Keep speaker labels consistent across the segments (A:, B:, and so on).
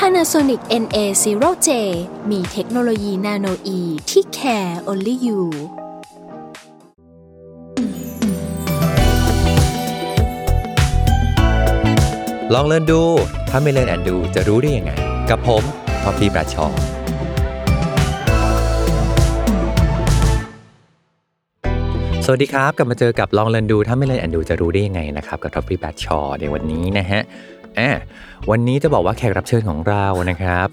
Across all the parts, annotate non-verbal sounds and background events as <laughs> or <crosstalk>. A: Panasonic NA0J มีเทคโนโลยีนาโนอีที่ care only you
B: ลองเรียนดู ถ้าไม่เรียนแอนดูจะรู้ได้ยังไง กับผมพอพีประชอสวัสดีครับ กลับมาเจอกับลองเรียนดู ถ้าไม่เรียนแอนดูจะรู้ได้ยังไงนะครับกับท็อปปี้แบทชอในวันนี้นะฮะอ่ะวันนี้จะบอกว่าแขกรับเชิญของเรานะครับ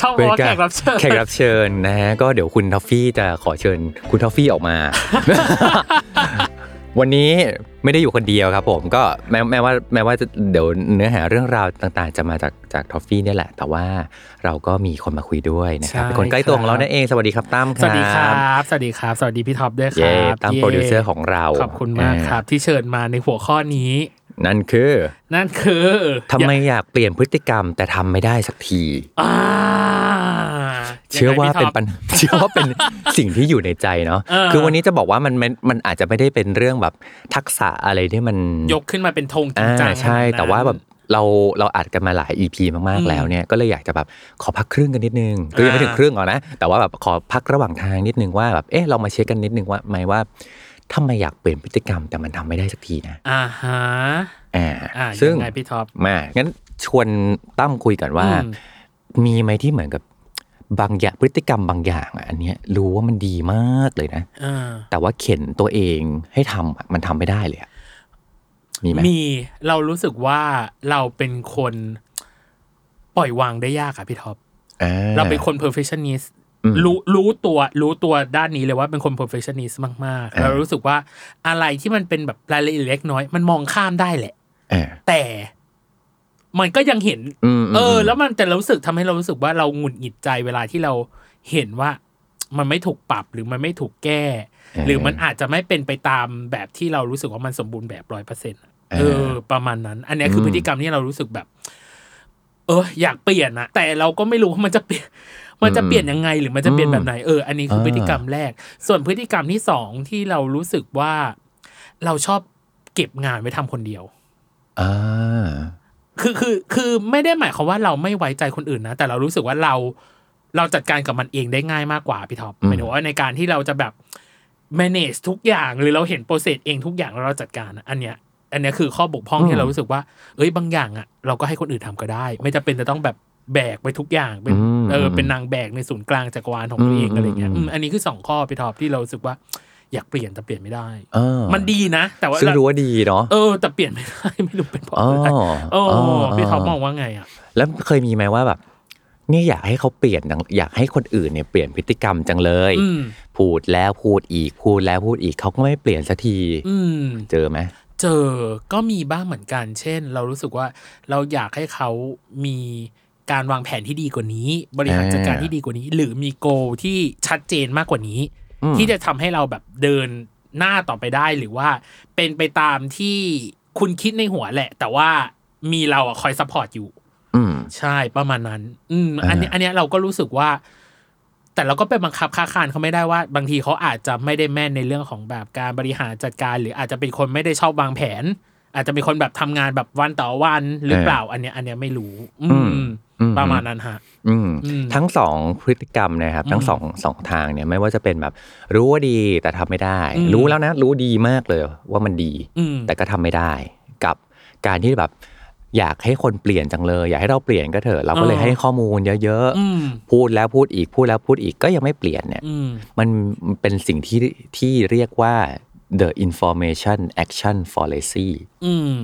C: ชอบบอกว่าแขกรับเชิญ
B: แขกรับเชิญนะฮะก็เดี๋ยวคุณทอฟฟี่จะขอเชิญคุณทอฟฟี่ออกมา <laughs> วันนี้ไม่ได้อยู่คนเดียวครับผมก็แม้แม้ว่าแม้ว่าจะเดี๋ยวเนื้อหาเรื่องราวต่างๆ จะมาจากจากทอฟฟี่เนี่ยแหละ แต่ว่าเราก็มีคนมาคุยด้วยนะครับเป็นคนใกล้ตัวของเรานั่นเองสวัสดีครับตั้มครับ
C: สวัสดีครับ สวัสดีครับ สวัสดีพี่ท็อปด้วยค
B: เย้
C: รับ
B: ตั้ม
C: ย้
B: โปรดิวเซอร์ของเรา
C: ขอบคุณมากครับ ที่เชิญมาในหัวข้อนี้
B: นั่นคือ
C: นั่นคือ
B: ทำไมอยากเปลี่ยนพฤติกรรมแต่ทำไม่ได้สักที
C: อ่า
B: เชื่อว่าเป็นปัญ
C: ยังไง
B: หา <laughs>
C: พี่ท็
B: เชื่อว่าเป็นสิ่งที่อยู่ในใจเนาะ
C: เออ
B: คือวันนี้จะบอกว่ามันมันมันอาจจะไม่ได้เป็นเรื่องแบบทักษะอะไรที่มัน
C: อปยกขึ้นมาเป็นธงจริ
B: อ่าง
C: จัง
B: ใช่
C: ขนดนั้น
B: แต่ว่าแบบเราเราอัดกันมาหลาย EP มากๆแล้วเนี่ยก็เลยอยากจะแบบขอพักครึ่งกันนิดนึงคือยังไม่ถึงครึ่งหรอกนะ แต่ว่าแบบขอพักระหว่างทางนิดนึงว่าแบบเอ๊ะเรามาเช็คกันนิดนึงว่าไหมว่าทำไมอยากเปลี่ยนพฤติกรรมแต่มันทำไม่ได้สักทีนะ
C: อ่าฮะ
B: อ่า
C: อ่า
B: ซึ่ง
C: ยังไงพี่ท็อป
B: มางั้นชวนตั้มคุยกันว่า
C: อืม
B: มีไหมที่เหมือนกับบางอย่างพฤติกรรมบางอย่างอ่ะอันเนี้ยรู้ว่ามันดีมากเลยนะ
C: อ่า
B: แต่ว่าเข็นตัวเองให้ทำอ่ะมันทำไม่ได้เลยอ่ะมีไหม
C: มีเรารู้สึกว่าเราเป็นคนปล่อยวางได้ยากอะพี่ท็อป
B: อ่
C: เราเป็นคน perfectionist
B: อืม
C: รู้รู้ตัวรู้ตัวด้านนี้เลยว่าเป็นคน perfectionist มากๆ
B: อ่า
C: เรารู้สึกว่าอะไรที่มันเป็นแบบรายละเอียดเล็กน้อย มันมองข้ามได้แหละ
B: อ่า
C: แต่มันก็ยังเห็น
B: อืมม
C: เออ แล้วมันแต่เรารู้สึกทำให้เรารู้สึกว่าเราหงุดหงิดใจเวลาที่เราเห็นว่า มันไม่ถูกปรับหรือมันไม่ถูกแก้ หรือมันอาจจะไม่เป็นไปตามแบบที่เรารู้สึกว่ามันสมบูรณ์แบบร้อยเปอร์เซ็นต์เออ ประมาณนั้น อันเนี้ยคือพฤติกรรมที่เรารู้สึกแบบ เออ อยากเปลี่ยนอะแต่เราก็ไม่รู้ว่ามันจะเปลี่ยน <laughs> มันจะเปลี่ยนยังไงหรือมันจะเปลี่ยนแบบไหนเอออันนี้คือพฤติกรรมแรก ส่วนพฤติกรรมที่สองที่เรารู้สึกว่า เราชอบเก็บงานไว้ทำคนเดียว
B: อ่า
C: คือคือคือไม่ได้หมายความว่าเราไม่ไว้ใจคนอื่นนะ แต่เรารู้สึกว่าเราเราจัดการกับมันเองได้ง่ายมากกว่าพี่ท็อปหมายถึงว่าในการที่เราจะแบบ manage ทุกอย่างหรือเราเห็นโปรเซสเองทุกอย่างแล้วเราจัดการอะอันเนี้ย อันเนี้ยคือข้อบกพร่องที่เรารู้สึกว่า เอ้ยบางอย่างอ่ะ เราก็ให้คนอื่นทำก็ได้ ไม่จำเป็นจะต้องแบบแบกไปทุกอย่างเป็นเออเป็นนางแบกในศูนย์กลางจักรวาลของตัวเองอะไรเงี้ยอืมอันนี้คือสองข้อพี่ท็อปที่เรารู้สึกว่า อยากเปลี่ยนแต่เปลี่ยนไม่ได้
B: เออ
C: มันดีนะ แต่ว่า
B: ซึ่งรู้ว่าดีเนาะ
C: เออแต่เปลี่ยนไม่ได้ <laughs> ไม่รู้เป็นเพราะ
B: อ๋อ
C: อะไร โอ้
B: อ๋
C: พี่ท็อปมองว่าไงอ่ะ
B: แล้วเคยมีไหมว่าแบบเนี่ยอยากให้เขาเปลี่ยนจังอยากให้คนอื่นเนี่ยเปลี่ยนพฤติกรรมจังเลย
C: อืม
B: พูดแล้วพูดอีกพูดแล้วพูดอีกเขาก็ไม่เปลี่ยนสักที
C: อืม
B: เจอไหม
C: เจอก็มีบ้างเหมือนกัน เช่น เรารู้สึกว่าเราอยากให้เขามีการวางแผนที่ดีกว่านี้ บริหารจัดการที่ดีกว่านี้ หรือมีโกที่ชัดเจนมากกว่านี้ ที่จะทำให้เราแบบเดินหน้าต่อไปได้หรือว่า เป็นไปตามที่คุณคิดในหัวแหละ แต่ว่ามีเราอะคอยซัพพอร์ตอยู่
B: อืม
C: ใช่ประมาณนั้น อืม อันเนี้ย
B: อ่า
C: อันเนี้ยเราก็รู้สึกว่า แต่เราก็ไปบังคับค้าคานเขาไม่ได้ว่า บางทีเขาอาจจะไม่ได้แม่นในเรื่องของแบบการบริหารจัดการ หรืออาจจะเป็นคนไม่ได้ชอบวางแผน อาจจะเป็นคนแบบทำงานแบบวันต่อวันหรือเปล่า อันเนี้ยอันเนี้ยไม่รู้ อืม ประมาณนั้นฮะ
B: อืม
C: อืม
B: ทั้งสองพฤติกรรมนะครับ ทั้งสองสองทางเนี่ยไม่ว่าจะเป็นแบบ รู้ว่าดีแต่ทำไม่ได้
C: อืม
B: รู้แล้วนะ รู้ดีมากเลยว่ามันดี
C: อืม
B: แต่ก็ทำไม่ได้ กับการที่แบบ อยากให้คนเปลี่ยนจังเลย อยากให้เราเปลี่ยนก็เถอะเราก็เลย
C: เออ
B: ให้ข้อมูลเยอะ
C: อืม
B: ๆพูดแล้วพูดอีกพูดแล้วพูดอีกก็ยังไม่เปลี่ยนเนี่ย
C: อืม
B: มันเป็นสิ่งที่ที่เรียกว่า the information action fallacy
C: อืม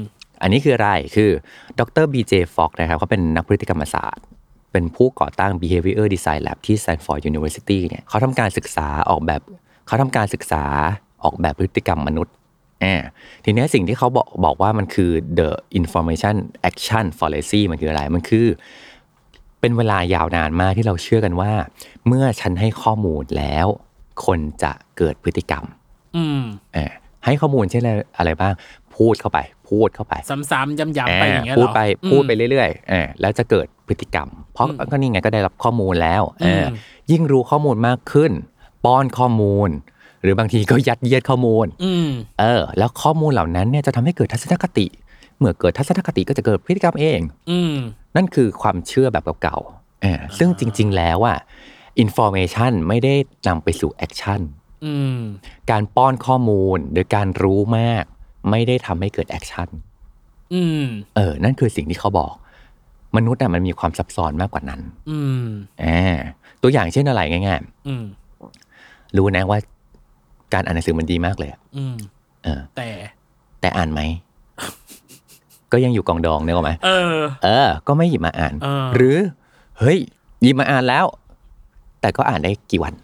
B: อันนี้คืออะไร คือดร BJ Fox นะครับเขาเป็นนักพฤติกรรมศาสตร์ เป็นผู้ก่อตั้ง Behavior Design Lab ที่ Stanford University เนี่ยเขาทำการศึกษาออกแบบเขาทำการศึกษาออกแบบพฤติกรรมมนุษย์อ่าทีเนี้ยสิ่งที่เขาบอกบอกว่ามันคือ the information action fallacy มันคืออะไร มันคือ เป็นเวลายาวนานมากที่เราเชื่อกันว่า เมื่อฉันให้ข้อมูลแล้ว คนจะเกิดพฤติกรรม
C: อืม
B: เออให้ข้อมูลเช่นอะไรอะไรบ้าง พูดเข้าไป พูดเข้าไป
C: ซ้ำๆย้ำๆไปอย่างเงี้ยเหร
B: พู
C: อ
B: ดไป
C: อืม
B: พูดไปเรื่อยๆเออแล้วจะเกิดพฤติกรรม เพราะ
C: อืม
B: ก็นี่ไงก็ได้รับข้อมูลแล้วเอออ
C: ม
B: ยิ่งรู้ข้อมูลมากขึ้น ป้อนข้อมูล หรือบางทีก็ยัดเยียดข้อมูล
C: อืม
B: เออ แล้วข้อมูลเหล่านั้นเนี่ยจะทำให้เกิดทัศนคติ เมื่อเกิดทัศนคติก็จะเกิดพฤติกรรมเอง
C: อืม
B: นั่นคือความเชื่อแบบเก่าๆเออซึ่งจริงๆแล้วอ่ะอินโฟเมชันไม่ได้นำไปสู่แอคชั่น
C: อืม
B: การป้อนข้อมูลหรือการรู้มาก ไม่ได้ทำให้เกิดแอคชั่น
C: อืม
B: เออ นั่นคือสิ่งที่เขาบอก มนุษย์น่ะมันมีความซับซ้อนมากกว่านั้น
C: อืม
B: อ่าตัวอย่างเช่นอะไรง่าย
C: อืม
B: ๆ รู้นะว่าการอ่านหนังสือมันดีมากเลยอะ
C: อืม
B: เออ
C: แต่
B: แต่อ่านไหม ก็ยังอยู่กองดองเนี่ยหรอกไหม
C: เออ
B: เออ ก็ไม่หยิบมาอ่าน
C: เออ
B: หรือ เฮ้ย หยิบมาอ่านแล้ว แต่ก็อ่านได้กี่วัน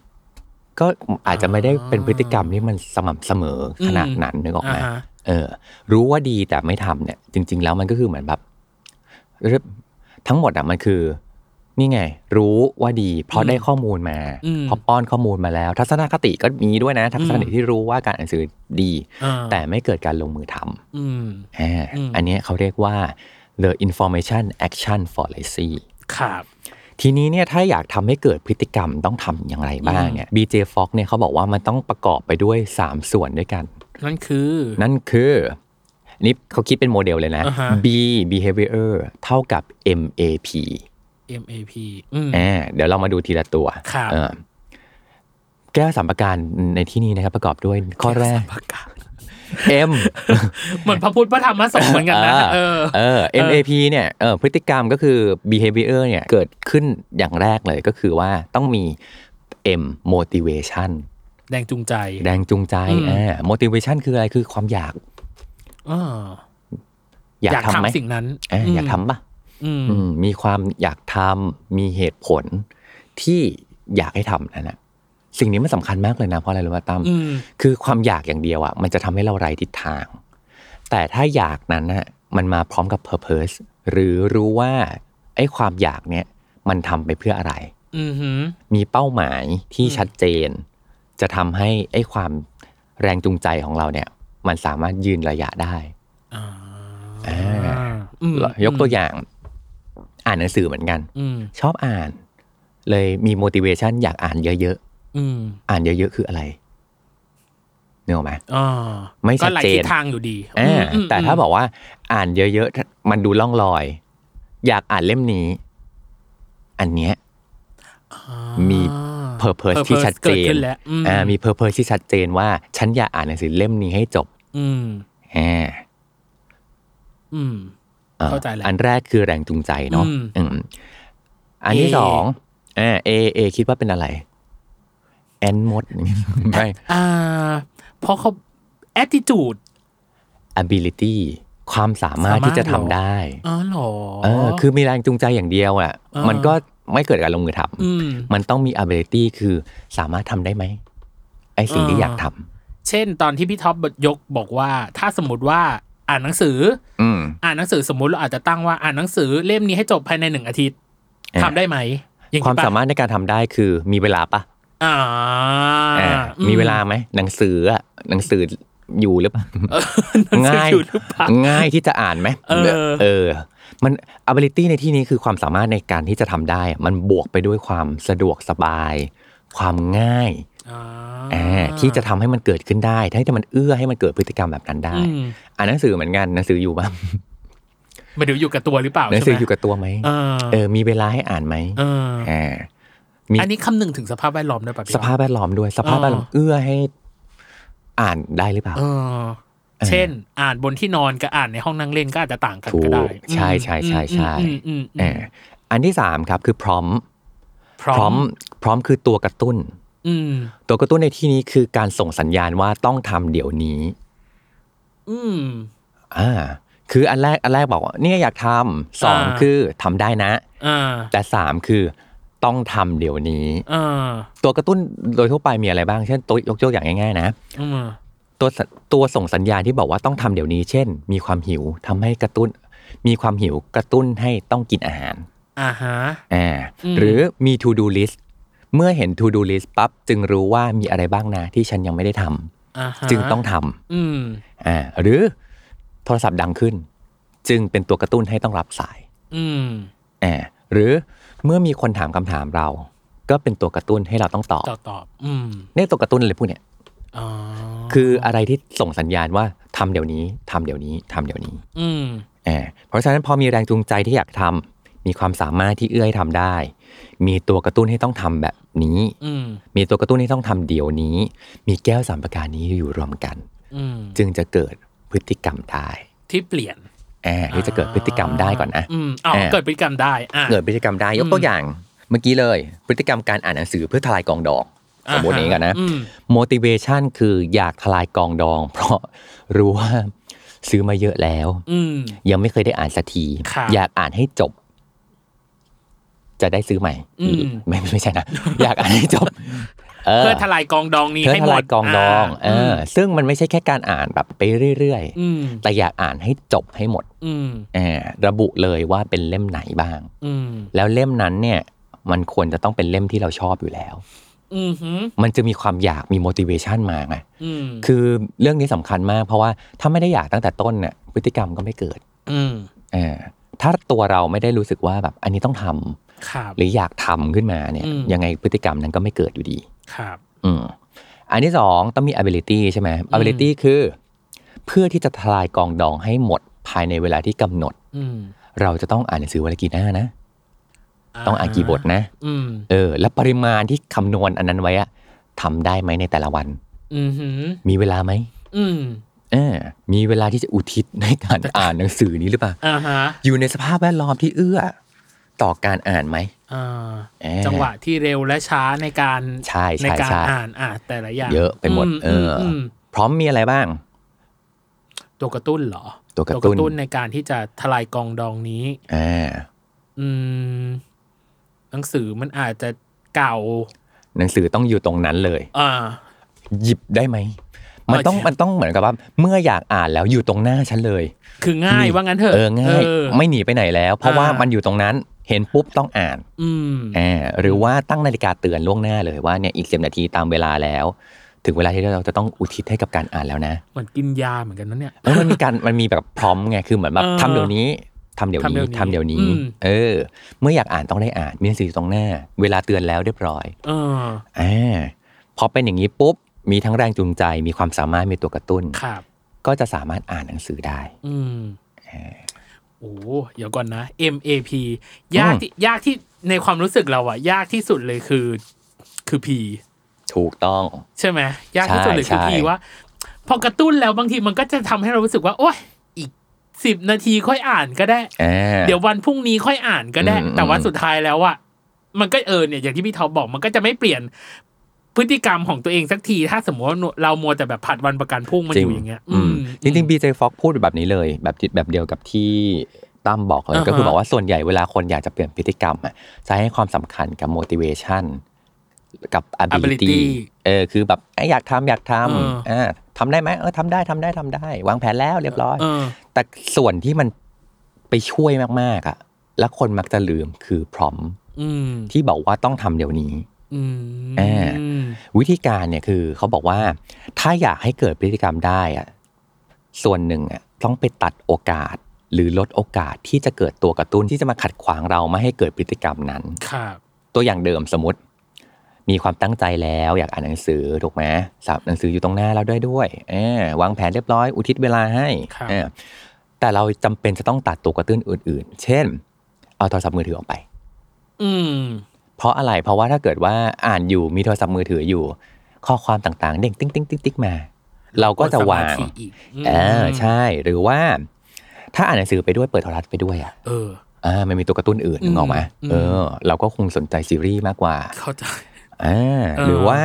B: ก็อาจจะไม่ได้เป็นพฤติกรรมที่มันสม่ำเสมอขนาดนั้นนึกออกไหม
C: ฮะ
B: เออรู้ว่าดีแต่ไม่ทำเนี่ย จริง ๆ แล้วมันก็คือเหมือนแบบเรียบทั้งหมดอ่ะมันคือ นี่ไง รู้ว่าดี เพราะได้ข้อมูลมา
C: อืม
B: เพราะป้อนข้อมูลมาแล้ว ทัศนคติก็มีด้วยนะ ทัศนคติที่รู้ว่าการอ่านหนังสือดี
C: อ่า
B: แต่ไม่เกิดการลงมือท
C: อืม
B: ำอ่า
C: อืม
B: อันเนี้ยเขาเรียกว่า the information action fallacy
C: ครับ
B: ทีนี้เนี่ยถ้าอยากทำให้เกิดพฤติกรรมต้องทำอย่างไรบ้างเนี่ย BJ Fox เนี่ยเขาบอกว่ามันต้องประกอบไปด้วย 3 ส่วนด้วยกัน
C: นั่นคือ
B: นั่นคือนี่เขาคิดเป็นโมเดลเลยนะ
C: อ่าฮะ
B: B behavior เท่ากับ MAP
C: MAP อืม
B: อ่าเดี๋ยวเรามาดูทีละตัว
C: ครับ
B: เออแก้วสัมปการในที่นี้นะครับประกอบด้วยข้อแรก
C: สัมภาระ
B: M
C: เหมือนพระพุทธพระธรรมพระสงฆ์เหมือนกันนะ เออ
B: เออ MAP เนี่ยเออพฤติกรรมก็คือ behavior เนี่ยเกิดขึ้นอย่างแรกเลยก็คือว่าต้องมี M motivation
C: แดงจูงใจ
B: แรงจูงใจ
C: อืม
B: อ่า motivation คืออะไรคือความอยาก
C: อ่า
B: อยากทำไหม
C: สิ่งนั้น
B: อ่าอยากทำปะ
C: อืม
B: อืมมีความอยากทำมีเหตุผลที่อยากให้ทำนั่นนะสิ่งนี้มันสำคัญมากเลยนะเพราะอะไรรู้ป่ะตั้ม
C: อืม
B: คือความอยากอย่างเดียวอ่ะมันจะทำให้เราไร้ทิศทาง แต่ถ้าอยากนั้นน่ะมันมาพร้อมกับ purpose หรือรู้ว่าไอ้ความอยากเนี้ยมันทำไปเพื่ออะไร
C: อืมหือ
B: มีเป้าหมายที่
C: อืม
B: ชัดเจน จะทำให้ไอ้ความแรงจูงใจของเราเนี่ยมันสามารถยืนระยะได้
C: อ่า
B: อ่า
C: อืม
B: ยกตัวอย่างอ่านหนังสือเหมือนกัน
C: อืม
B: ชอบอ่าน เลยมี motivation อยากอ่านเยอะ
C: อืม
B: ๆ อ่านเยอะๆ คืออะไรเนกออกไหม
C: อ่า
B: ไม่ชัดเจน
C: ก็หลายทิศทางอยู่ดี
B: อ่า
C: อืม
B: แต่ถ้าบอกว่าอ่านเยอะๆ มันดูล่องลอย อยากอ่านเล่มนี้ อันเนี้ย
C: อ่า
B: มี purpose ที่ชัดเจ
C: กิ
B: น
C: ขึ้นแล้วม
B: อ่ามี purpose ที่ชัดเจนว่า ฉันอยากอ่านหนังสือเล่มนี้ให้จบ
C: อืม
B: อ่า
C: อืม
B: อ่
C: เข้าใจแล้ว
B: อันแรกคือแรงจูงใจเนาะ
C: อืม
B: อืมอันที่
C: A
B: สองเออเอเอคิดว่าเป็นอะไร แอนมด <laughs> ไม่
C: อ่าเพราะเขา attitude
B: ability ความสามารถ
C: สามารถ
B: ที่จะ
C: เหร
B: ทำ
C: อ
B: ได้
C: อ๋อเหรอ
B: เออคือมีแรงจูงใจอย่างเดียวอ่ะ
C: เออ
B: มันก็ไม่เกิดการลงมือทำ
C: ม
B: มันต้องมี ability คือสามารถทำได้ไหม ไอสิ่งที่
C: เออ
B: อ
C: อ
B: ยากทำ
C: เช่นตอนที่พี่ท็อปยกบอกว่า ถ้าสมมติว่าอ่านหนังสือ
B: อืม
C: อ่านหนังสือสมมุติเราอาจจะตั้งว่าอ่านหนังสือเล่มนี้ให้จบภายในหนึ่งอาทิตย์
B: อ่า
C: ทำได้ไหมอย่งนี้
B: ความ
C: ปะ
B: สามารถในการทำได้คือมีเวลาปะ
C: อ่า
B: อ่า
C: อื
B: มีเวลาไหมหนังสืออะหนังสืออยู่หรือเปล่า
C: เออหนังสือ
B: ง่าย
C: อยู่หรือเปล่า
B: ง่ายที่จะอ่านไหม
C: เออ
B: เออ มัน ability ในที่นี้คือความสามารถในการที่จะทำได้อะมันบวกไปด้วยความสะดวกสบาย ความง่าย
C: อ่า
B: อ่าที่จะทำให้มันเกิดขึ้นได้ที่จะมันเอื้อให้มันเกิดพฤติกรรมแบบนั้นได้
C: อืม
B: อ่านหนังสือเหมือนกันหนังสืออยู่บ้าง
C: มันเดี๋ยวอยู่กับตัวหรือเปล่า
B: หนัง
C: ใช่
B: สือ
C: ไหม
B: อยู่กับตัวไหม
C: เออ
B: เออมีเวลาให้อ่านไหม
C: เออ
B: อ่า มี
C: อันนี้คำหนึ่งถึงสภาพแวดล้อมด้วยป่ะพี่
B: สภาพแวดล้อมด้วยสภาพแวดล้อมเอื้อให้อ่านได้หรือเปล่า
C: เออ เช่น อ่านบนที่นอนกับอ่านในห้องนั่งเล่นก็อาจจะต่างกัน
B: ถูก
C: ก็ได้
B: ใช่ใช่ใช่ใช่
C: อืมอืมอืม
B: อ่าอันที่สามครับคือพร้อม
C: พร้
B: พร้
C: อ
B: อ
C: ม
B: มพร้อมคือตัวกระตุ้น
C: อืม
B: ตัวกระตุ้นในที่นี้คือการส่งสัญญาณว่าต้องทำเดี๋ยวนี้
C: อืม
B: อ่า คืออันแรกอันแรกบอกว่าเนี่ยอยากทำสอง
C: อ่า
B: คือทำได้นะ
C: อ่า
B: แต่สามคือต้องทำเดี๋ยวนี้
C: อ่า
B: ตัวกระตุ้นโดยทั่วไปมีอะไรบ้าง เช่นตัวยกตัวอย่างง่ายๆนะ
C: อืม
B: ตัวสตัวส่งสัญญาณที่บอกว่าต้องทำเดี๋ยวนี้ เช่น มีความหิวทำให้กระตุ้น มีความหิวกระตุ้นให้ต้องกินอาหาร
C: อ่าฮะ
B: อ่า
C: อืม
B: หรือมี to do list เมื่อเห็น to do list ปั๊บจึงรู้ว่ามีอะไรบ้างนะที่ฉันยังไม่ได้ท
C: อ่าฮะ
B: ำจึงต้องท
C: อืม
B: ำอ่าหรือโทรศัพท์ดังขึ้น จึงเป็นตัวกระตุ้นให้ต้องรับสาย
C: อืม
B: อ่าหรือเมื่อมีคนถามคำถามเรา ก็เป็นตัวกระตุ้นให้เราต้องตอบ
C: ตอบตอบ อืม
B: เนี่ยตัวกระตุ้นเลยพวกเนี่ย
C: อ๋อ
B: คืออะไรที่ส่งสัญญาณว่าทำเดี๋ยวนี้ทำเดี๋ยวนี้ทำเดี๋ยวนี้
C: อืม
B: อ่าเพราะฉะนั้นพอมีแรงจูงใจที่อยากทำมีความสามารถที่เอื้อให้ทำได้ มีตัวกระตุ้นให้ต้องทำแบบนี้
C: อืม
B: มีตัวกระตุ้นให้ต้องทำเดี๋ยวนี้ มีแก้วสามประการนี้อยู่รวมกัน
C: อืม
B: จึงจะเกิดพฤติกรรมได้
C: ที่เปลี่ยน
B: อ่าที่จะเกิดพฤติกรรมได้ก่อนนะ
C: อืมอ๋อ
B: อ่า
C: เกิดพฤติกรรมได้ อ่า
B: เกิดพฤติกรรมได้ยกตัวอย่างเมื่อกี้เลย พฤติกรรมการอ่านหนังสือเพื่อทลายกองดองสมมติอย่างนี้ก่อนนะ
C: อืม
B: motivation คืออยากทลายกองดอง <laughs> เพราะรู้ว่าซื้อมาเยอะแล้ว
C: อืม
B: ยังไม่เคยได้อ่านสักที
C: ครับ
B: อยากอ่านให้จบ จะได้ซื้อใหม่
C: อืม
B: ไม่ไม่ใช่นะ <laughs> อยากอ่านให้จบเ
C: เพื่อทลายกองดองนี้
B: เพื่อ
C: ให้
B: ท
C: หม
B: ลาย
C: ด
B: กองดองเออ
C: ม
B: อซึ่งมันไม่ใช่แค่การอ่านแบบไปเรื่อย
C: อืม
B: ๆ แต่อยากอ่านให้จบให้หมด
C: อืม
B: เออระบุเลยว่าเป็นเล่มไหนบ้าง
C: อืม
B: แล้วเล่มนั้นเนี่ย มันควรจะต้องเป็นเล่มที่เราชอบอยู่แล้ว
C: อืมหืม
B: มันจะมีความอยากมี motivation มาไง
C: อืม
B: คือเรื่องนี้สำคัญมาก เพราะว่าถ้าไม่ได้อยากตั้งแต่ต้นเนี่ยพฤติกรรมก็ไม่เกิด
C: อืม
B: เออถ้าตัวเราไม่ได้รู้สึกว่าแบบอันนี้ต้องทำ
C: ครับ
B: หรืออยากทำขึ้นมาเนี่ย
C: อืม
B: ยังไงพฤติกรรมนั้นก็ไม่เกิดอยู่ดี
C: ครับ
B: อืมอันที่สองต้องมี ability ใช่ไหม ability คือ เพื่อที่จะทลายกองดองให้หมดภายในเวลาที่กำหนด
C: อืม
B: เราจะต้องอ่านหนังสือวันละกี่หน้านะ ต้องอ่านกี่บทนะ
C: อืม
B: เออและปริมาณที่คำนวณอันนั้นไว้อะทำได้ไหมในแต่ละวัน
C: อืมหืม
B: มีเวลาไหม
C: อืม
B: เออมีเวลาที่จะอุทิศในการอ่านหนังสือนี้หรือเปล่า
C: อ่าฮะ
B: อยู่ในสภาพแวดล้อมที่เอื้อ ต่อการอ่านไหม
C: อ่า
B: เอ่อ
C: จังหวะที่เร็วและช้าในการ
B: ใช่ใช่
C: การ
B: ใช่
C: อ่านอ่าแต่ละอย่าง
B: เยอะไปหมด
C: ม
B: เอออ
C: มม
B: พร้อมมีอะไรบ้าง
C: ตัวกระตุ้นเหรอ
B: ตัวกระตุ้น
C: ในการที่จะทลายกองดองนี้
B: อ่า
C: อืม หนังสือมันอาจจะเก่า
B: หนังสือต้องอยู่ตรงนั้นเลย
C: อ่า
B: หยิบได้ไหม มันต้อง
C: โอเค
B: มันต้องเหมือนกับว่า เมื่ออยากอ่านแล้วอยู่ตรงหน้าฉันเลย
C: คือง่ายว่างั้นเถอะ
B: เออง่าย
C: เออ
B: ไม่หนีไปไหนแล้ว เพราะว่า
C: อ่ามั
B: มันอยู่ตรงนั้นเห็นปุ๊บต้องอ่าน
C: อืม
B: อ่าหรือว่าตั้งนาฬิกาเตือนล่วงหน้าเลยว่าเนี่ยอีกสิบนาทีตามเวลาแล้ว ถึงเวลาที่เราจะต้องอุทิศให้กับการอ่านแล้วนะ
C: เหมือนกินยาเหมือนกันนะเนี่ย
B: เออมันมีการมันมีแบบพร้อมไงคือเหมือนแบบ
C: เออ
B: ทำเดี๋ยวนี้ทำเดี๋ยวนี้ทำ
C: ทำเดี๋
B: เดี๋ย
C: ยว วนี้
B: นี้
C: อืม
B: เออ เมื่ออยากอ่านต้องได้อ่านมีหนังสืออยู่ตรงหน้า เวลาเตือนแล้วเรียบร้อย
C: เออ
B: อ่าพอเป็นอย่างนี้ปุ๊บ มีทั้งแรงจูงใจมีความสามารถมีตัวกระตุ้น
C: ครับ
B: ก็จะสามารถอ่านหนังสือได้
C: อืมโอ้เดี๋ยวก่อนนะ MAP ยากที่ยากที่ในความรู้สึกเราอะยากที่สุดเลยคือ คือ P
B: ถูกต้อง
C: ใช่ไหมยากที่สุดเลยคือ
B: ใช่
C: P ว่า พอกระตุ้นแล้วบางทีมันก็จะทำให้เรารู้สึกว่า โอ๊ยอีกสิบนาทีค่อยอ่านก็ได้
B: อ่า
C: เดี๋ยววันพรุ่งนี้ค่อยอ่านก็ได้
B: อืม
C: แต่ว่า
B: อืม
C: สุดท้ายแล้วอะมันก็เออเนี่ยอย่างที่พี่ท็อปบอกมันก็จะไม่เปลี่ยนพฤติกรรมของตัวเองสักที ถ้าสมมติว่าเรามัวแต่แบบผัดวันประกันพรุ่งมันอยู่อย่างเงี้ย
B: อืมจริงๆ BJ Fox พูดแบบนี้เลย แบบที่แบบเดียวกับที่ตั้มบอกเลย
C: อ่าฮะ
B: ก็คือบอกว่าส่วนใหญ่เวลาคนอยากจะเปลี่ยนพฤติกรรมอ่ะจะให้ความสำคัญกับ motivation กับ ability
C: ability
B: เออคือแบบเอ้ยอยากทำอยากท
C: เออ
B: ำอ่าทำได้ไหมเออทำได้ทำได้ทำได้ วางแผนแล้วเรียบร้อย
C: เออ
B: แต่ส่วนที่มันไปช่วยมาก ๆอ่ะแล้วคนมักจะลืมคือพร้อม
C: อืม
B: ที่บอกว่าต้องทำเดี๋ยวนี้
C: อืม
B: อ่า วิธีการเนี่ยคือเขาบอกว่าถ้าอยากให้เกิดพฤติกรรมได้อะส่วนหนึ่งอะต้องไปตัดโอกาส หรือลดโอกาสที่จะเกิดตัวกระตุ้นที่จะมาขัดขวางเราไม่ให้เกิดพฤติกรรมนั้น
C: ครับ
B: ตัวอย่างเดิมสมมติ มีความตั้งใจแล้วอยากอ่านหนังสือถูกไหมสับหนังสืออยู่ตรงหน้าเราด้วยด้วยเออวางแผนเรียบร้อยอุทิศเวลาให้เออแต่เราจำเป็นจะต้องตัดตัวกระตุ้นอื่น ๆ เช่น เอาโทรศัพท์มือถือออกไป
C: อืม
B: เพราะอะไร เพราะว่าถ้าเกิดว่าอ่านอยู่มีโทรศัพท์มือถืออยู่ ข้อความต่างๆ เด้งติ๊งติ๊งติ๊งติ๊งมา เราก็จะวาง
C: กดสมธิอีกม
B: เออใช่ หรือว่า ถ้าอ่านหนังสือไปด้วยเปิดโทรทัศน์ไปด้วยอ่ะ
C: เออ
B: อ่ามันมีตัวกระตุ้นอื่นนึกออกไหม
C: อืม
B: เออ เราก็คงสนใจซีรีส์มากกว่า
C: เข้าใจ
B: อ่า
C: เออ
B: หรือว่า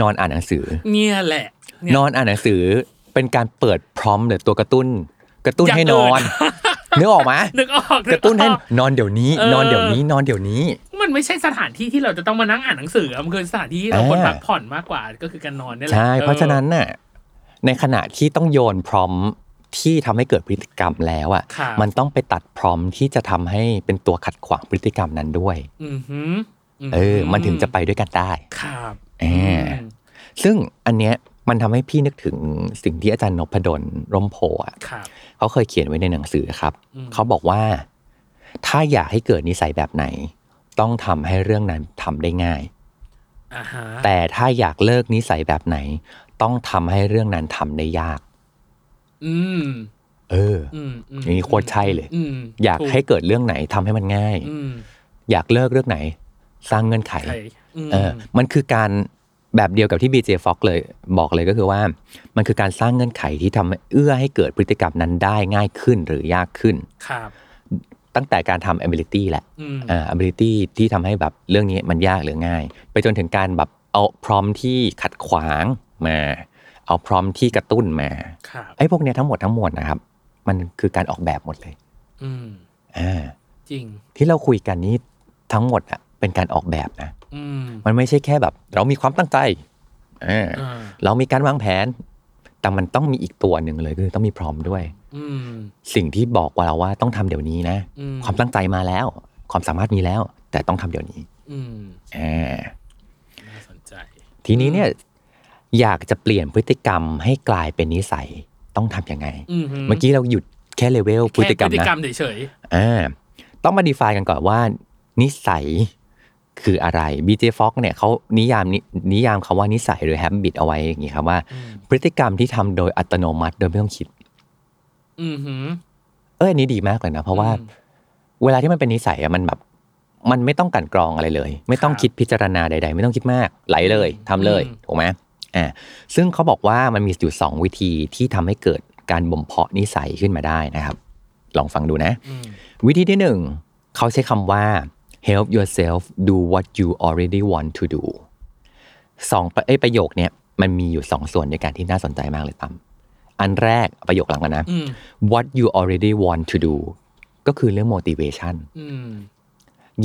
B: นอนอ่านหนังสือ
C: เนี่ยแหละเย
B: นอนอ่านหนังสือเป็นการเปิดพร้อมหรือตัวกระตุ้น กระตุ้น
C: อย่าง
B: ให้นอน
C: อื่
B: นึกออกไหม
C: นึกออก
B: กระตุ้นให้
C: ออ
B: นอนเดี๋ยวนี้
C: เออ
B: นอนเดี๋ยวนี้ นอนเดี๋ยวนี้
C: มันไม่ใช่สถานที่ที่เราจะต้องมานั่งอ่านหนังสืออะมันคือสถานที่ที่เรา
B: อ่า
C: คนพักผ่อนมากกว่าก็คือการนอนเนี่ยแหละ
B: ใช่ เพราะฉะนั้นน่ะในขณะที่ต้องโยนพร้อม ที่ทำให้เกิดพฤติกรรมแล้วอ่ะ
C: ค่ะ
B: มันต้องไปตัดพร้อมที่จะทำให้เป็นตัวขัดขวางพฤติกรรมนั้นด้วย
C: อือหื
B: เออ มันถึงจะไปด้วยกันได้
C: ครับ
B: เออ ซึ่งอันเนี้ยมันทำให้พี่นึกถึงสิ่งที่อาจารย์นพดลร่มโพธิ์อ่ะ
C: ครับ
B: เขาเคยเขียนไว้ในหนังสือครับ
C: อืม
B: เขาบอกว่า ถ้าอยากให้เกิดนิสัยแบบไหน ต้องทำให้เรื่องนั้นทำได้ง่าย
C: อ่าฮะ
B: แต่ถ้าอยากเลิกนิสัยแบบไหน ต้องทำให้เรื่องนั้นทำได้ยาก
C: อืม
B: เออ
C: อืมอืม
B: อย่างนี้โคตรใช่เลย
C: อืม
B: อยากให้เกิดเรื่องไหนทำให้มันง่าย
C: อืม
B: อยากเลิกเรื่องไหน สร้างเงื่อนไข
C: ใช่ม
B: เออมันคือการแบบเดียวกับที่ BJ Fox เลยบอกเลยก็คือว่า มันคือการสร้างเงื่อนไขที่ทำให้เอื้อให้เกิดพฤติกรรมนั้นได้ง่ายขึ้นหรือยากขึ้น
C: ครับ
B: ตั้งแต่การทำ ability แหละ
C: อืม
B: อ่า ability ที่ทำให้แบบเรื่องนี้มันยากหรือง่าย ไปจนถึงการแบบเอาพร้อมที่ขัดขวางมา เอาพร้อมที่กระตุ้นมา
C: ครับ
B: ไอ้พวกเนี้ยทั้งหมดทั้งมวลนะครับ มันคือการออกแบบหมดเลย
C: อืม
B: อ่า
C: จริง
B: ที่เราคุยกันนี้ทั้งหมดอะเป็นการออกแบบนะ
C: อืม
B: มันไม่ใช่แค่แบบ เรามีความตั้งใจอ่า
C: อ่า
B: เรามีการวางแผน แต่มันต้องมีอีกตัวหนึ่งเลยคือต้องมีพร้อมด้วย
C: อืม
B: สิ่งที่บอกว่าเราว่าต้องทำเดี๋ยวนี้นะ
C: อืม
B: ความตั้งใจมาแล้ว ความสามารถมีแล้ว แต่ต้องทำเดี๋ยวนี้
C: อืม
B: อ่า
C: น่าสนใจ
B: ทีนี้เนี่ยอยากจะเปลี่ยนพฤติกรรมให้กลายเป็นนิสัยต้องทำยังไง
C: อืหื
B: เมื่อกี้เราหยุดแค่เลเวลพฤติกรรม
C: แค่พฤติ
B: นะ
C: กรรมเฉย
B: อ่าต้องมาดีไฟกันก่อนว่า นิสัยคืออะไร BJ Fox เนี่ยเขานิยามนินิยามคำว่านิสัยหรือ habit เอาไว้อย่างงี้ครับว่า
C: ๆอืม
B: พฤติกรรมที่ทำโดยอัตโนมัติโดยไม่ต้องคิด
C: อือหือ
B: เอออันนี้ดีมากเลยนะ เพราะว่า
C: อืม
B: เวลาที่มันเป็นนิสัยอะมันแบบ มันไม่ต้องกลันกรองอะไรเลย ไม่ต้อง
C: ครับ
B: คิดพิจารณาใด ๆ ไม่ต้องคิดมาก ไหลเลย
C: อืม
B: ทำเลย
C: อืม
B: ถูกไหมอ่าซึ่งเขาบอกว่ามันมีอยู่สองวิธีที่ทำให้เกิดการบ่มเพาะนิสัยขึ้นมาได้นะครับ ลองฟังดูนะ
C: อืม
B: วิธีที่หนึ่งเขาใช้คำว่า help yourself do what you already want to do สองประเอ้ยประโยคเนี้ยมันมีอยู่สองส่วนในการที่น่าสนใจมากเลยตั้มอันแรกประโยคหลังกันนะ
C: อืม
B: what you already want to do ก็คือเรื่อง motivation
C: อืม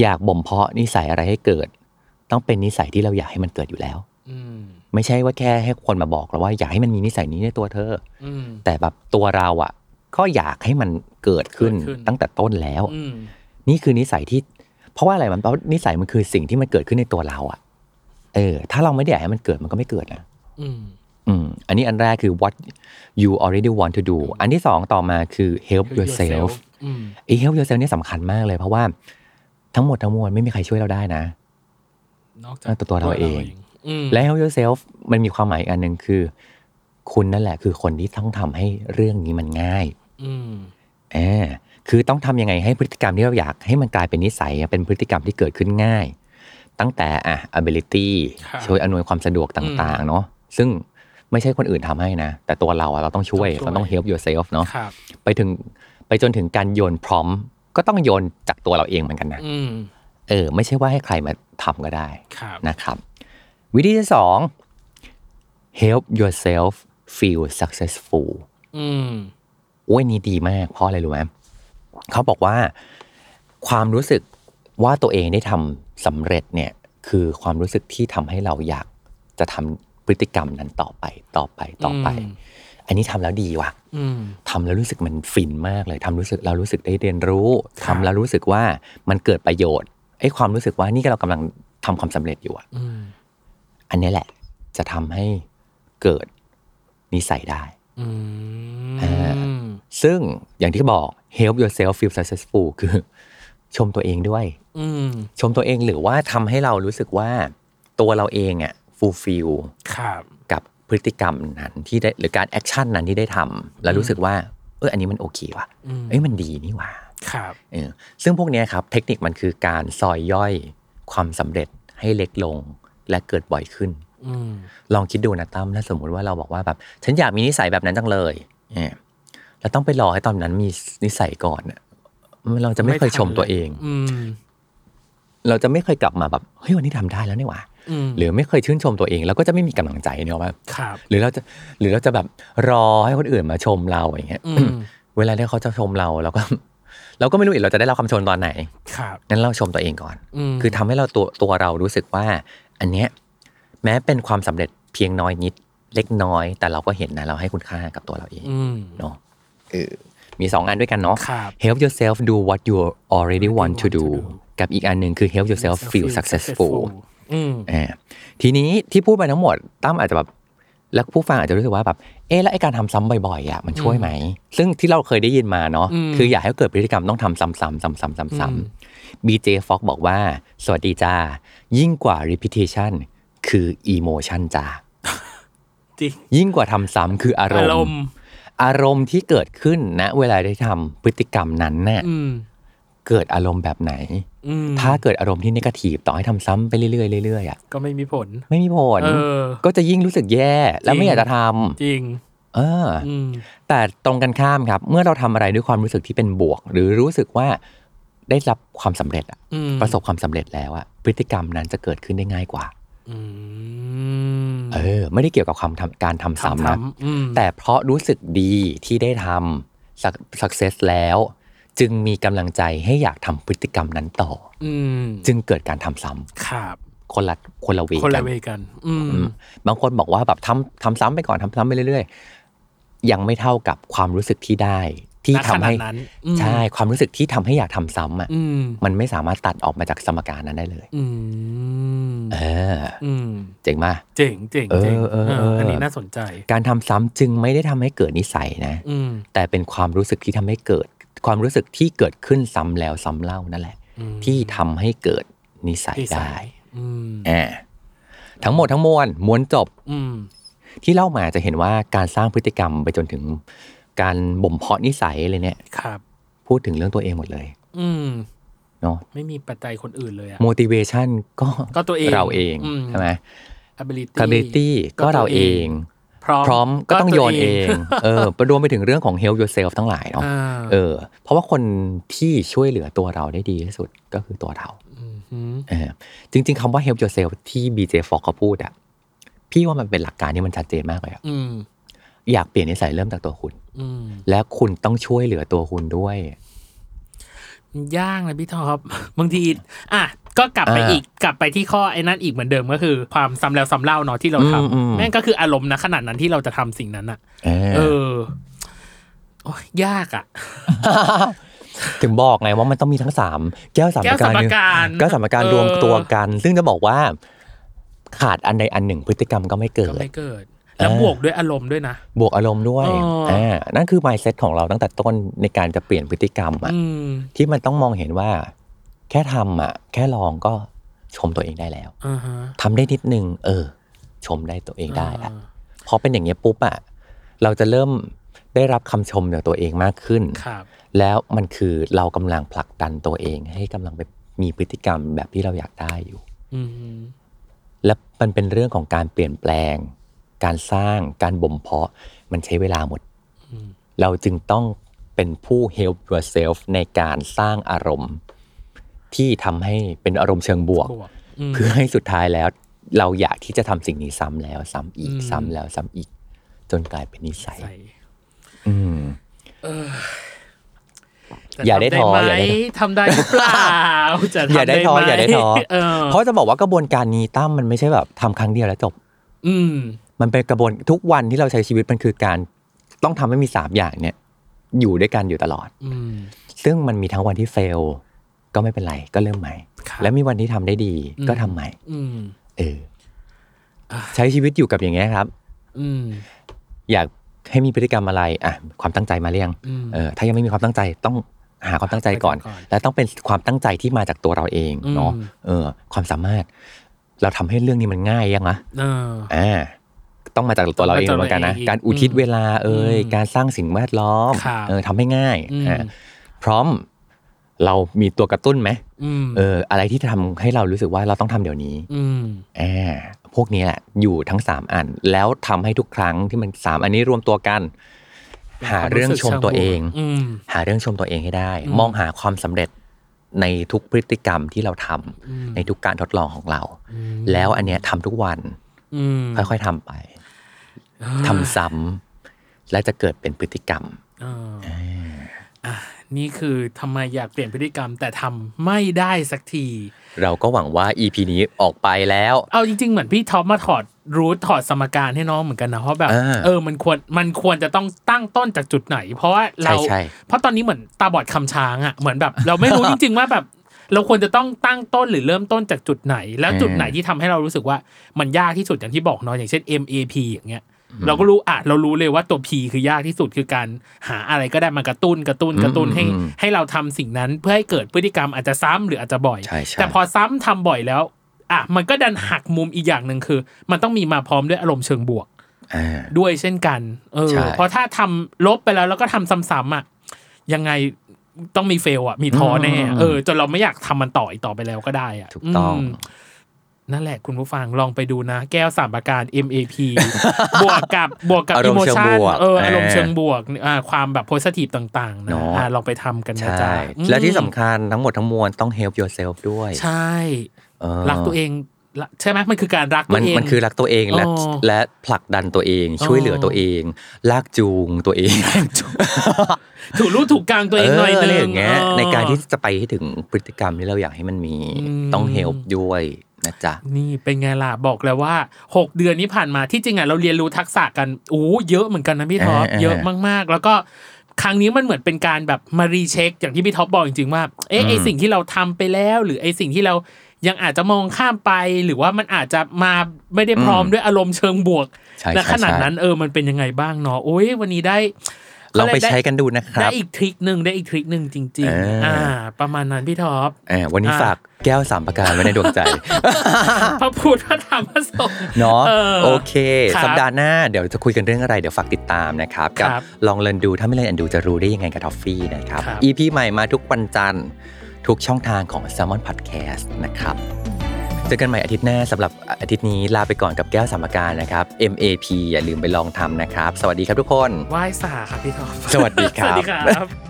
B: อยากบ่มเพาะนิสัยอะไรให้เกิด ต้องเป็นนิสัยที่เราอยากให้มันเกิดอยู่แล้ว
C: อืม
B: ไม่ใช่ว่าแค่ให้คนมาบอกเราว่าอยากให้มันมีนิสัยนี้ในตัวเธอ
C: อืม
B: แต่แบบตัวเราอะก็อยากให้มันเกิดขึ้น
C: เกิดขึ้น
B: ตั้งแต่ต้นแล้ว
C: อืม
B: นี่คือนิสัยที่ เพราะว่าอะไรมันเพราะนิสัยมันคือสิ่งที่มันเกิดขึ้นในตัวเราอะเออ ถ้าเราไม่ได้อยากให้มันเกิดมันก็ไม่เกิดนะ
C: อืม
B: อืมอันนี้อันแรกคือ what you already want to do อันที่สองต่อมาคือ help
C: Help
B: yourself
C: yourself อืม
B: ไอ้ help yourself เนี่ยสำคัญมากเลยเพราะว่าทั้งหมดทั้งมวลไม่มีใครช่วยเราได้นะ
C: นอกจาก
B: อ่ะตัวตัวเราเอง
C: อืม
B: และ help yourself มันมีความหมายอีกอันหนึ่งคือ คุณนั่นแหละคือคนที่ต้องทำให้เรื่องนี้มันง่าย
C: อืม
B: อ่าคือต้องทำยังไงให้พฤติกรรมที่เราอยากให้มันกลายเป็นนิสัยเป็นพฤติกรรมที่เกิดขึ้นง่าย ตั้งแต่อ่ะ ability
C: ะ
B: ช่วยอำนวยความสะดวกต่างๆเนาะซึ่งไม่ใช่คนอื่นทำให้นะ แต่ตัวเราอะเราต้องช่วยเราต้อง help yourself เนาะ
C: ครับ
B: ไปถึงไปจนถึงการโยนพร้อม ก็ต้องโยนจากตัวเราเองเหมือนกันนะ
C: อืม
B: เออไม่ใช่ว่าให้ใครมาทำก็ได้
C: ครับ
B: นะครับ วิธีที่สอง help yourself feel successful
C: อืม
B: โอ้ยนี่ดีมากเพราะอะไรรู้ไหมเขาบอกว่า ความรู้สึกว่าตัวเองได้ทำสำเร็จเนี่ย คือความรู้สึกที่ทำให้เราอยากจะทำพฤติกรรมนั้นต่อไปต่อไปต่อไป อันนี้ทำแล้วดีว่ะ
C: อืม
B: ทำแล้วรู้สึกมันฟินมากเลยทำรู้สึกเรารู้สึกได้เรียนรู้
C: ครับ
B: ทำแล้วรู้สึกว่ามันเกิดประโยชน์ไอ้ความรู้สึกว่านี่ก็เรากำลังทำความสำเร็จอยู่อะ
C: อืม
B: อันนี้แหละจะทำให้เกิดนิสัยได้
C: อืม
B: อ่า ซึ่งอย่างที่บอก help yourself feel successful คือ ชมตัวเองด้วย
C: อืม
B: ชมตัวเองหรือว่าทำให้เรารู้สึกว่าตัวเราเองอะ fulfill
C: ครับ
B: กับพฤติกรรมนั้นที่ได้หรือการแอคชั่นนั้นที่ได้ทำแล้วรู้สึกว่าเอออันนี้มันโอเคว่ะ
C: อืม
B: เอ้ยมันดีนี่หว่า
C: ครับ
B: เออซึ่งพวกเนี้ยครับเทคนิคมันคือการซอยย่อยความสำเร็จให้เล็กลงและเกิดบ่อยขึ้น
C: อืม
B: ลองคิดดูนะตั้มถ้าสมมุติว่าเราบอกว่าแบบ ฉันอยากมีนิสัยแบบนั้นจังเลยเนี่ยเราต้องไปรอให้ตอนนั้นมีนิสัยก่อนอะเราจะไม่เคยชมตัวเอง
C: อืม
B: เราจะไม่เคยกลับมาแบบเฮ้ยวันนี้ทำได้แล้วนี่หว่า
C: อืม
B: หรือไม่เคยชื่นชมตัวเองเราก็จะไม่มีกำลังใจเนอะว่า
C: ครับ
B: หรือเราจะหรือเราจะแบบรอให้คนอื่นมาชมเราอย่างเงี้ย
C: อืม
B: เวลาที่เขาจะชมเราเราก็ เราก็ไม่รู้อีกเราจะได้รับคำชมตอนไหน
C: ครับ
B: งั้นเราชมตัวเองก่อน
C: อืม
B: คือทำให้เราตัวตัวเรารู้สึกว่า อันเนี้ยแม้เป็นความสำเร็จเพียงน้อยนิด เล็กน้อย แต่เราก็เห็นนะเราให้คุณค่ากับตัวเราเอง
C: อืม
B: เนาะ เออมีสองอันด้วยกันเนาะ
C: ครับ
B: help yourself do what you already want to do
C: do
B: กับอีกอันหนึ่งคือ help yourself feel successful
C: อืม
B: อ่าทีนี้ที่พูดไปทั้งหมดตั้มอาจจะแบบแล้วผู้ฟังอาจจะรู้สึกว่าแบบเออแล้วไอการทำซ้ำบ่อยๆอ่ะมันช่วยไหม ซึ่งที่เราเคยได้ยินมาเนาะ
C: อืม
B: คืออยากให้เกิดพฤติกรรมต้องทำซ้ำๆซ้ำๆ
C: อื
B: ซ้
C: ม
B: ำๆ BJ Fox บอกว่า สวัสดีจ้า ยิ่งกว่า repetition คือ emotion จ้า
C: จริง
B: ยิ่งกว่าทำซ้ำคืออาร
C: อาม รม
B: ณ์
C: ณ์
B: อารมณ์ที่เกิดขึ้นณเวลาได้ทำพฤติกรรมนั้นน่ะ
C: อืม
B: เกิดอารมณ์แบบไหน
C: อืม
B: ถ้าเกิดอารมณ์ที่นกาทีฟต่อให้ทำซ้ำไปเรื่อยๆเรื่อยๆอ่ะ
C: ก็ไม่มีผล
B: ไม่มีผล
C: เออ
B: ก็จะยิ่งรู้สึกแย่และ
C: จริ
B: ไม่
C: ง
B: อยากจะท
C: จริง
B: ำเอออ
C: อืม
B: แต่ตรงกันข้ามครับ เมื่อเราทำอะไรด้วยความรู้สึกที่เป็นบวก หรือรู้สึกว่าได้รับความสำเร็จอะ
C: อืม
B: ประสบความสำเร็จแล้วอะพฤติกรรมนั้นจะเกิดขึ้นได้ง่ายกว่า
C: อืม
B: เออ ไม่ได้เกี่ยวกับความทำการทำซ้ำนะ
C: ทำๆอืม
B: แต่เพราะรู้สึกดีที่ได้ทำสักสักเซสแล้ว จึงมีกำลังใจให้อยากทำพฤติกรรมนั้นต่อ
C: อืม
B: จึงเกิดการทำซ้ำ
C: ครับ
B: คนละคนละเว
C: คน
B: กั
C: ละ
B: น
C: เวกัน อืม
B: อืมบางคนบอกว่าแบบทำทำซ้ำไปก่อนทำซ้ำไปเรื่อยๆ ยังไม่เท่ากับความรู้สึกที่ได้ ที่
C: ณ
B: ทำให้
C: ขณะนั้นอืม
B: ใช่ความรู้สึกที่ทำให้อยากทำซ้ำอ่ะ
C: อืม
B: มันไม่สามารถตัดออกมาจากสมการนั้นได้เลย
C: อืม
B: เออ
C: อืม
B: เจ๋งมาก
C: เจ๋งเจ๋ง
B: เออ
C: เจ๋ง
B: เออเออ
C: เนนี้น่าสนใจ
B: การทำซ้ำจึงไม่ได้ทำให้เกิดนิสัยนะ
C: อืม
B: แต่เป็นความรู้สึกที่ทำให้เกิด ความรู้สึกที่เกิดขึ้นซ้ำแล้วซ้ำเล่านั่นแหละ
C: อืม
B: ที่ทำให้เกิดนิสัย
C: ที่สา
B: ได้
C: ยอืม
B: อ่าทั้งหมดทั้งมวลม้วนจบ
C: อืม
B: ที่เล่ามาจะเห็นว่าการสร้างพฤติกรรมไปจนถึงการบ่มเพาะนิสัยเลยเนี่ย
C: ครับ
B: พูดถึงเรื่องตัวเองหมดเลย
C: อืม
B: เนาะ
C: ไม่มีปัจจัยคนอื่นเลยอะ
B: motivation ก็
C: ก็ตัวเอง
B: เราเอง
C: อืม
B: ใช่ไหม
C: ability
B: capability ก็เราเอง
C: พร้อม
B: พร้อมก็ต้องโยนเอง
C: ตัว
B: เออรวมไปถึงเรื่องของ help yourself ทั้งหลายเนาะ
C: อ่า
B: เออ เพราะว่าคนที่ช่วยเหลือตัวเราได้ดีที่สุดก็คือตัวเรา
C: มหืม
B: เออจริง ๆคำว่า help yourself ที่ BJ Fogg เขาพูดอะพี่ว่ามันเป็นหลักการที่มันชัดเจนมากเลยอะ
C: อืม
B: อยากเปลี่ยนนิสัยเริ่มจากตัวคุณ
C: อืม
B: และคุณต้องช่วยเหลือตัวคุณด้วย
C: ยากนะพี่ท็อป <laughs> บางทีอ่ะก็กลับไป
B: อ่า
C: อีกกลับไปที่ข้อไอ้นั่นอีกเหมือนเดิมก็คือ ความซ้ำแล้วซ้ำเล่าเนาะที่เราท
B: อืมอืม
C: ำแม่งก็คืออารมณ์นะขนาดนั้นที่เราจะทำสิ่งนั้นอะ
B: เอ
C: เอ
B: อ
C: อโอ้ยยากอะ
B: ถึงบอกไงว่ามันต้องมีทั้งสามแก้วสาม
C: แก้
B: ประ
C: ว
B: การ
C: สามประการ
B: แก้วสามประการ
C: เออ
B: รวมตัวกัน ซึ่งจะบอกว่า ขาดอันใดอันหนึ่งพฤติกรรมก็ไม่เกิ
C: ก็
B: ด
C: ไม่เกิด แล้ว
B: เออ
C: บวกด้วยอารมณ์ด้วยนะ
B: บวกอารมณ์ด้วย
C: อ๋ออ่
B: านั่นคือ mindset ของเราตั้งแต่ต้นในการจะเปลี่ยนพฤติกรรมอะ
C: อืม
B: ที่มันต้องมองเห็นว่า แค่ทำอะแค่ลองก็ชมตัวเองได้แล้ว
C: อ่าฮะ
B: ทำได้นิดนึง เออ ชมได้ตัวเองได้ละ
C: อ่า
B: พอเป็นอย่างเงี้ยปุ๊บอะเราจะเริ่มได้รับคำชมจากตัวเองมากขึ้น
C: ครับ
B: แล้วมันคือเรากำลังผลักดันตัวเอง ให้กำลังไปมีพฤติกรรมแบบที่เราอยากได้อยู่
C: อืม
B: และมันเป็นเรื่องของการเปลี่ยนแปลง การสร้างการบ่มเพาะมันใช้เวลาหมด
C: อืม
B: เราจึงต้องเป็นผู้ help yourself ในการสร้างอารมณ์ ที่ทำให้เป็นอารมณ์เชิงบวก
C: บวกอืม
B: เพื่อให้สุดท้ายแล้ว เราอยากที่จะทำสิ่งนี้ซ้ำแล้วซ้ำอีก
C: อืม
B: ซ้ำแล้วซ้ำอีก จนกลายเป็นนิสัย
C: ใส่
B: อืม
C: แต่
B: อย่าได้ท้ออ
C: ทำไหม
B: ย่าได้ท้อ
C: ทำได้หรือเปล่า <laughs> จะทำ
B: อย่าได้ท้อ
C: หม
B: อย่าได้ท้อ
C: เออ
B: เพราะจะบอกว่ากระบวนการนี้ตั้มมันไม่ใช่แบบทำครั้งเดียวแล้วจบ
C: อืม
B: มันเป็นกระบวนทุกวันที่เราใช้ชีวิตมันคือการต้องทำให้มีสามอย่างเนี่ย อยู่ด้วยกันอยู่ตลอด
C: อืม
B: ซึ่งมันมีทั้งวันที่เฟล ก็ไม่เป็นไรก็เริ่มใหม่
C: ครับ
B: และมีวันที่ทำได้ดี
C: อืม
B: ก็ทำใหม่
C: อืม
B: เออ
C: อ่ะ
B: ใช้ชีวิตอยู่กับอย่างเงี้ยครับ
C: อืม
B: อยากให้มีพฤติกรรมอะไรอ่ะความตั้งใจมาเรียง
C: อืม
B: เออถ้ายังไม่มีความตั้งใจต้องหาความตั้งใจก่อน
C: หาความตั้งใจก่อน
B: และต้องเป็นความตั้งใจที่มาจากตัวเราเองเนาะ
C: อืม
B: เออ ความสามารถ เราทำให้เรื่องนี้มันง่ายยังนะ
C: เออ
B: อ่าต้องมาจากตัวเราเอง
C: ต้อง
B: เหมื
C: มา
B: อ
C: จาก
B: นกันนะ
C: ตัวเอง
B: การอุทิศเวลาเอ่ย
C: อืม
B: การสร้างสิ่งแวดล้อม
C: ครับ
B: เออทำให้ง่าย
C: อืม
B: อ่าพร้อมเรามีตัวกระตุ้นไหม
C: อืม
B: เอออะไรที่ทำให้เรารู้สึกว่าเราต้องทำเดี๋ยวนี้
C: อืม
B: อ่าพวกนี้แหละอยู่ทั้งสามอัน แล้วทำให้ทุกครั้งที่มันสามอันนี้รวมตัวกัน หาเรื่องชมตัวเอง
C: อืม
B: หาเรื่องชมตัวเองให้ได้
C: อืม
B: มองหาความสำเร็จในทุกพฤติกรรมที่เราทำ
C: อืม
B: ในทุกการทดลองของเรา
C: อืม
B: แล้วอันเนี้ยทำทุกวัน
C: อืม
B: ค่อยๆทำไป ทำซ้ำและจะเกิดเป็นพฤติกรรม
C: เออ อ่ะนี่คือทำไมอยากเปลี่ยนพฤติกรรมแต่ทำไม่ได้สักที
B: เราก็หวังว่า EP นี้ออกไปแล้ว
C: เอาจริง ๆ เหมือนพี่ท็อปมาถอดรูทถอดสมการให้น้องเหมือนกันนะเพราะแบบ
B: อ่า
C: เออมันควรมันควรจะต้องตั้งต้นจากจุดไหน เพราะว่าเรา
B: ใช่ใช่
C: เพราะตอนนี้เหมือนตาบอดคำช้างอะ่ะเหมือนแบบ เราไม่รู้ จริง ๆ ว่าแบบ เราควรจะต้องตั้งต้นหรือเริ่มต้นจากจุดไหน แล้วจุดไหนที่ทำให้เรารู้สึกว่ามันยากที่สุดอย่างที่บอกเนาะอย่างเช่น MAP อย่างเงี้ย เราก็รู้อ่ะเรารู้เลยว่าตัว P คือยากที่สุดคือการหาอะไรก็ได้มากระตุ้นกระตุ้นกระตุ้นให้
B: อืม
C: ให้เราทำสิ่งนั้นเพื่อให้เกิดพฤติกรรมอาจจะซ้ำหรืออาจจะบ่อย
B: ใช่ใช่
C: แต่พอซ้ำทำบ่อยแล้ว อ่ะมันก็ดันหักมุมอีกอย่างหนึ่งคือ มันต้องมีมาพร้อมด้วยอารมณ์เชิงบวก
B: อ่า
C: ด้วยเช่นกัน เออ
B: ใช่
C: เพราะถ้าทำลบไปแล้วแล้วก็ทำซ้ำๆอ่ะ ยังไงต้องมีเฟลอ่ะ มีท้อแน่ เออ จนเราไม่อยากทำมันต่ออีกต่อไปแล้วก็ได้อ่ะ
B: ถูกต้อง
C: มนั่นแหละคุณผู้ฟังลองไปดูนะ แก้วสามประการ
B: <laughs>
C: MAP บวกกับบวกกับ
B: อาร
C: อิ
B: ม
C: โม
B: ณ์เชิง
C: ชัน
B: บวก
C: เอออารมณ์
B: เออ
C: เชิงบวกอ่าความแบบโพสิทีฟต่างๆนะ
B: เนาะ
C: อ่าลองไปทำกันนะ
B: ใช่
C: จ๊ะ
B: และที่
C: อืม
B: สำคัญทั้งหมดทั้งมวลต้อง help yourself ด้วย
C: ใช่
B: เออ
C: รักตัวเองละใช่ไหมมันคือการรักตั
B: มั
C: วน เอง
B: มันคือรักตัวเองและ
C: อ๋อ
B: และผลักดันตัวเอง
C: อ๋อ
B: ช่วยเหลือตัวเอง ลากจูงตัวเอง
C: ถูกรู้ถูกกลางตัวเองหน่อย
B: ะไร
C: นึ
B: อง ย่างเงี้ย
C: เออ
B: ในการที่จะไปให้ถึงพฤติกรรมที่เราอยากให้มันมี
C: อืม
B: ต้อง help ด้วยนะจ๊ะ
C: นี่เป็นไงล่ะ บอกแล้วว่า 6 เดือนนี้ผ่านมาที่จริงอ่ะเราเรียนรู้ทักษะกันโอ้เยอะเหมือนกันนะพี่ท็อป
B: เออเออ
C: เยอะมากๆ แล้วก็ครั้งนี้มันเหมือนเป็นการแบบมารีเช็ค อย่างที่พี่ท็อปบอกจริงๆว่าเอ๊ะไอสิ่งที่เราทำไปแล้ว หรือไอสิ่งที่เรายังอาจจะมองข้ามไป หรือว่ามันอาจจะมาไม่ได้พร้อมด้วยอารมณ์เชิงบวก
B: ใช่
C: และ
B: ใช่
C: ขนาด
B: ใช่
C: นั้นเออมันเป็นยังไงบ้างเนาะโอ้ยวันนี้ได้
B: ลองไป
C: ด้
B: ใช้กันดูนะค
C: ได้
B: รับ
C: อีกทริคหนึ่งได้อีกทริคหนึ่งจริง
B: เออ
C: ๆ
B: อ่
C: อ่า ประมาณนั้นพี่ท็อป
B: อ่าวันนี้
C: อ่ะ
B: ฝากแก้วสามประการไว้ในดวง
C: <laughs>
B: ใจ
C: พระพุทธพระธรรมพระสงฆ์
B: เนาะ
C: เออ
B: โอเค
C: ครับ
B: สัปดาห์หน้าเดี๋ยวจะคุยกันเรื่องอะไร เดี๋ยวฝากติดตามนะครับ กั
C: ครับ
B: ลองเรียนดูถ้าไม่เรียนดูจะรู้ได้ยังไงกับทอฟฟี่นะครับ
C: ครับ
B: EP ใหม่มาทุกวันจันทร์ ทุกช่องทางของ s ซ l m o n Podcast นะครับ เจอกันใหม่อาทิตย์หน้าสำหรับอาทิตย์นี้ลาไปก่อนกับแก้วสามประการนะครับ MAP อย่าลืมไปลองทำนะครับ สวัสดีครับทุกคน
C: <laughs> ไหว้สาครับพี่ท็อป
B: สวัสดีครับ
C: สวัสดีครับ